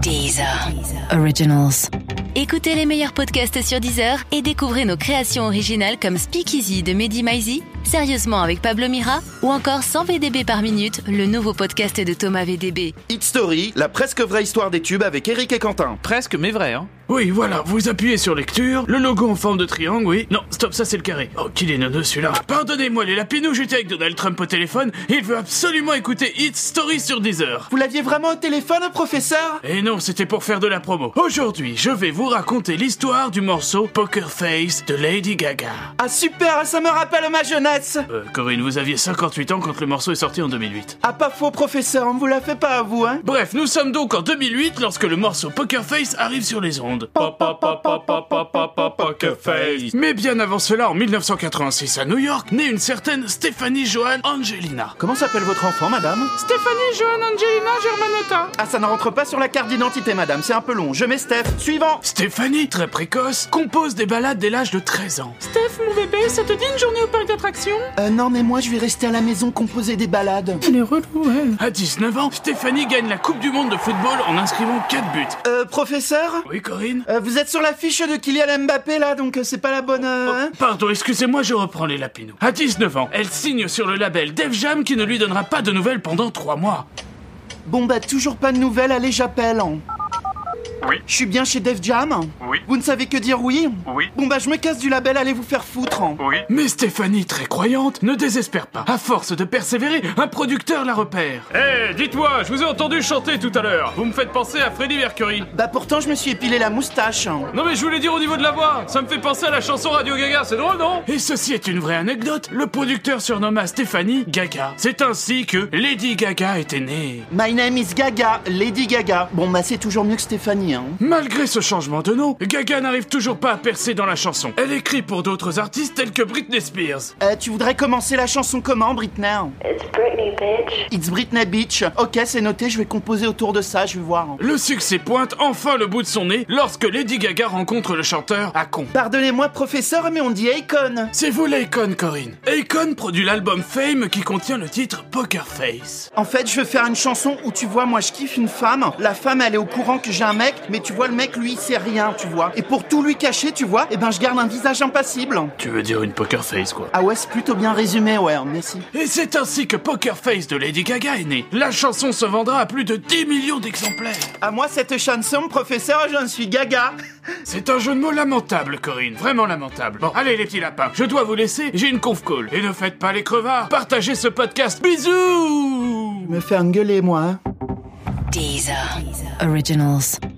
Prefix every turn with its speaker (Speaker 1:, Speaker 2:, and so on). Speaker 1: Deezer. Originals. Écoutez les meilleurs podcasts sur Deezer et découvrez nos créations originales comme Speakeasy de Mehdi Maizi, Sérieusement avec Pablo Mira ou encore 100 VDB par minute, le nouveau podcast de Thomas VDB.
Speaker 2: Hit Story, la presque vraie histoire des tubes avec Eric et Quentin.
Speaker 3: Presque, mais vrai, hein.
Speaker 4: Oui, voilà, vous appuyez sur lecture, le logo en forme de triangle, oui. Non, stop, ça c'est le carré. Oh, qu'il est neuneux celui-là. Pardonnez-moi les lapinous, j'étais avec Donald Trump au téléphone et il veut absolument écouter Hit Story sur Deezer.
Speaker 2: Vous l'aviez vraiment au téléphone, professeur
Speaker 4: Et non, c'était pour faire de la promo. Aujourd'hui, je vais vous raconter l'histoire du morceau Poker Face de Lady Gaga.
Speaker 2: Ah super, ça me rappelle ma jeunesse
Speaker 4: Euh, Corinne, vous aviez 58 ans quand le morceau est sorti en 2008.
Speaker 2: Ah pas faux, professeur, on vous la fait pas à vous, hein
Speaker 4: Bref, nous sommes donc en 2008 lorsque le morceau Poker Face arrive sur les ondes. Mais bien avant cela, en 1986 à New York, naît une certaine Stéphanie Joanne Angelina.
Speaker 2: Comment s'appelle votre enfant, madame
Speaker 4: Stéphanie Joanne Angelina Germanotta.
Speaker 2: Ah, ça ne rentre pas sur la carte d'identité, madame, c'est un peu long. Je mets Steph. Suivant
Speaker 4: Stéphanie, très précoce, compose des ballades dès l'âge de 13 ans.
Speaker 5: Steph, mon bébé, ça te dit une journée au parc d'attractions
Speaker 2: Euh, non, mais moi, je vais rester à la maison composer des balades.
Speaker 5: Elle est relou, elle.
Speaker 4: À 19 ans, Stéphanie gagne la Coupe du Monde de football en inscrivant 4 buts.
Speaker 2: Euh, professeur
Speaker 4: Oui, Corinne
Speaker 2: Euh, Vous êtes sur la fiche de Kylian Mbappé, là, donc euh, c'est pas la bonne... euh, hein
Speaker 4: Pardon, excusez-moi, je reprends les lapinous. À 19 ans, elle signe sur le label Def Jam qui ne lui donnera pas de nouvelles pendant 3 mois.
Speaker 2: Bon, bah, toujours pas de nouvelles, allez, j'appelle. hein.
Speaker 6: Oui.
Speaker 2: Je suis bien chez Def Jam
Speaker 6: Oui.
Speaker 2: Vous ne savez que dire oui
Speaker 6: Oui.
Speaker 2: Bon, bah, je me casse du label, allez vous faire foutre. hein.
Speaker 6: Oui.
Speaker 4: Mais Stéphanie, très croyante, ne désespère pas. À force de persévérer, un producteur la repère.
Speaker 3: Eh, dites-moi, je vous ai entendu chanter tout à l'heure. Vous me faites penser à Freddie Mercury.
Speaker 2: Bah, pourtant, je me suis épilé la moustache. hein.
Speaker 3: Non mais je voulais dire au niveau de la voix, ça me fait penser à la chanson Radio Gaga, c'est drôle, non
Speaker 4: Et ceci est une vraie anecdote, le producteur surnomma Stéphanie Gaga. C'est ainsi que Lady Gaga était née.
Speaker 2: My name is Gaga, Lady Gaga. Bon, bah, c'est toujours mieux que Stéphanie, hein.
Speaker 4: Malgré ce changement de nom, Gaga n'arrive toujours pas à percer dans la chanson. Elle écrit pour d'autres artistes tels que Britney Spears.
Speaker 2: Euh, tu voudrais commencer la chanson comment, Britney
Speaker 7: It's Britney, bitch.
Speaker 2: It's Britney Beach. Ok, c'est noté, je vais composer autour de ça, je vais voir. hein.
Speaker 4: Le succès pointe enfin le bout de son nez lorsque Lady Gaga rencontre le chanteur Akon.
Speaker 2: Pardonnez-moi, professeur, mais on dit Akon.
Speaker 4: C'est vous l'Akon, Corinne. Akon produit l'album Fame qui contient le titre Poker Face.
Speaker 2: En fait, je veux faire une chanson où tu vois, moi je kiffe une femme. La femme, elle est au courant que j'ai un mec, mais tu vois, le mec, lui, il sait rien, tu vois. Et pour tout lui cacher, tu vois, eh ben, je garde un visage impassible.
Speaker 4: Tu veux dire une Poker Face, quoi.
Speaker 2: Ah ouais, c'est plutôt bien résumé, ouais, merci.
Speaker 4: Et c'est ainsi que Poker Face de Lady Gaga est née. La chanson se vendra à plus de 10 millions d'exemplaires.
Speaker 2: À moi, cette chanson, professeur, j'en suis gaga.
Speaker 4: C'est un jeu de mots lamentable, Corinne. Vraiment lamentable. Bon, allez, les petits lapins. Je dois vous laisser. J'ai une conf call. Et ne faites pas les crevards. Partagez ce podcast. Bisous
Speaker 2: Je me fais engueuler, moi. hein.
Speaker 1: Deezer. Originals.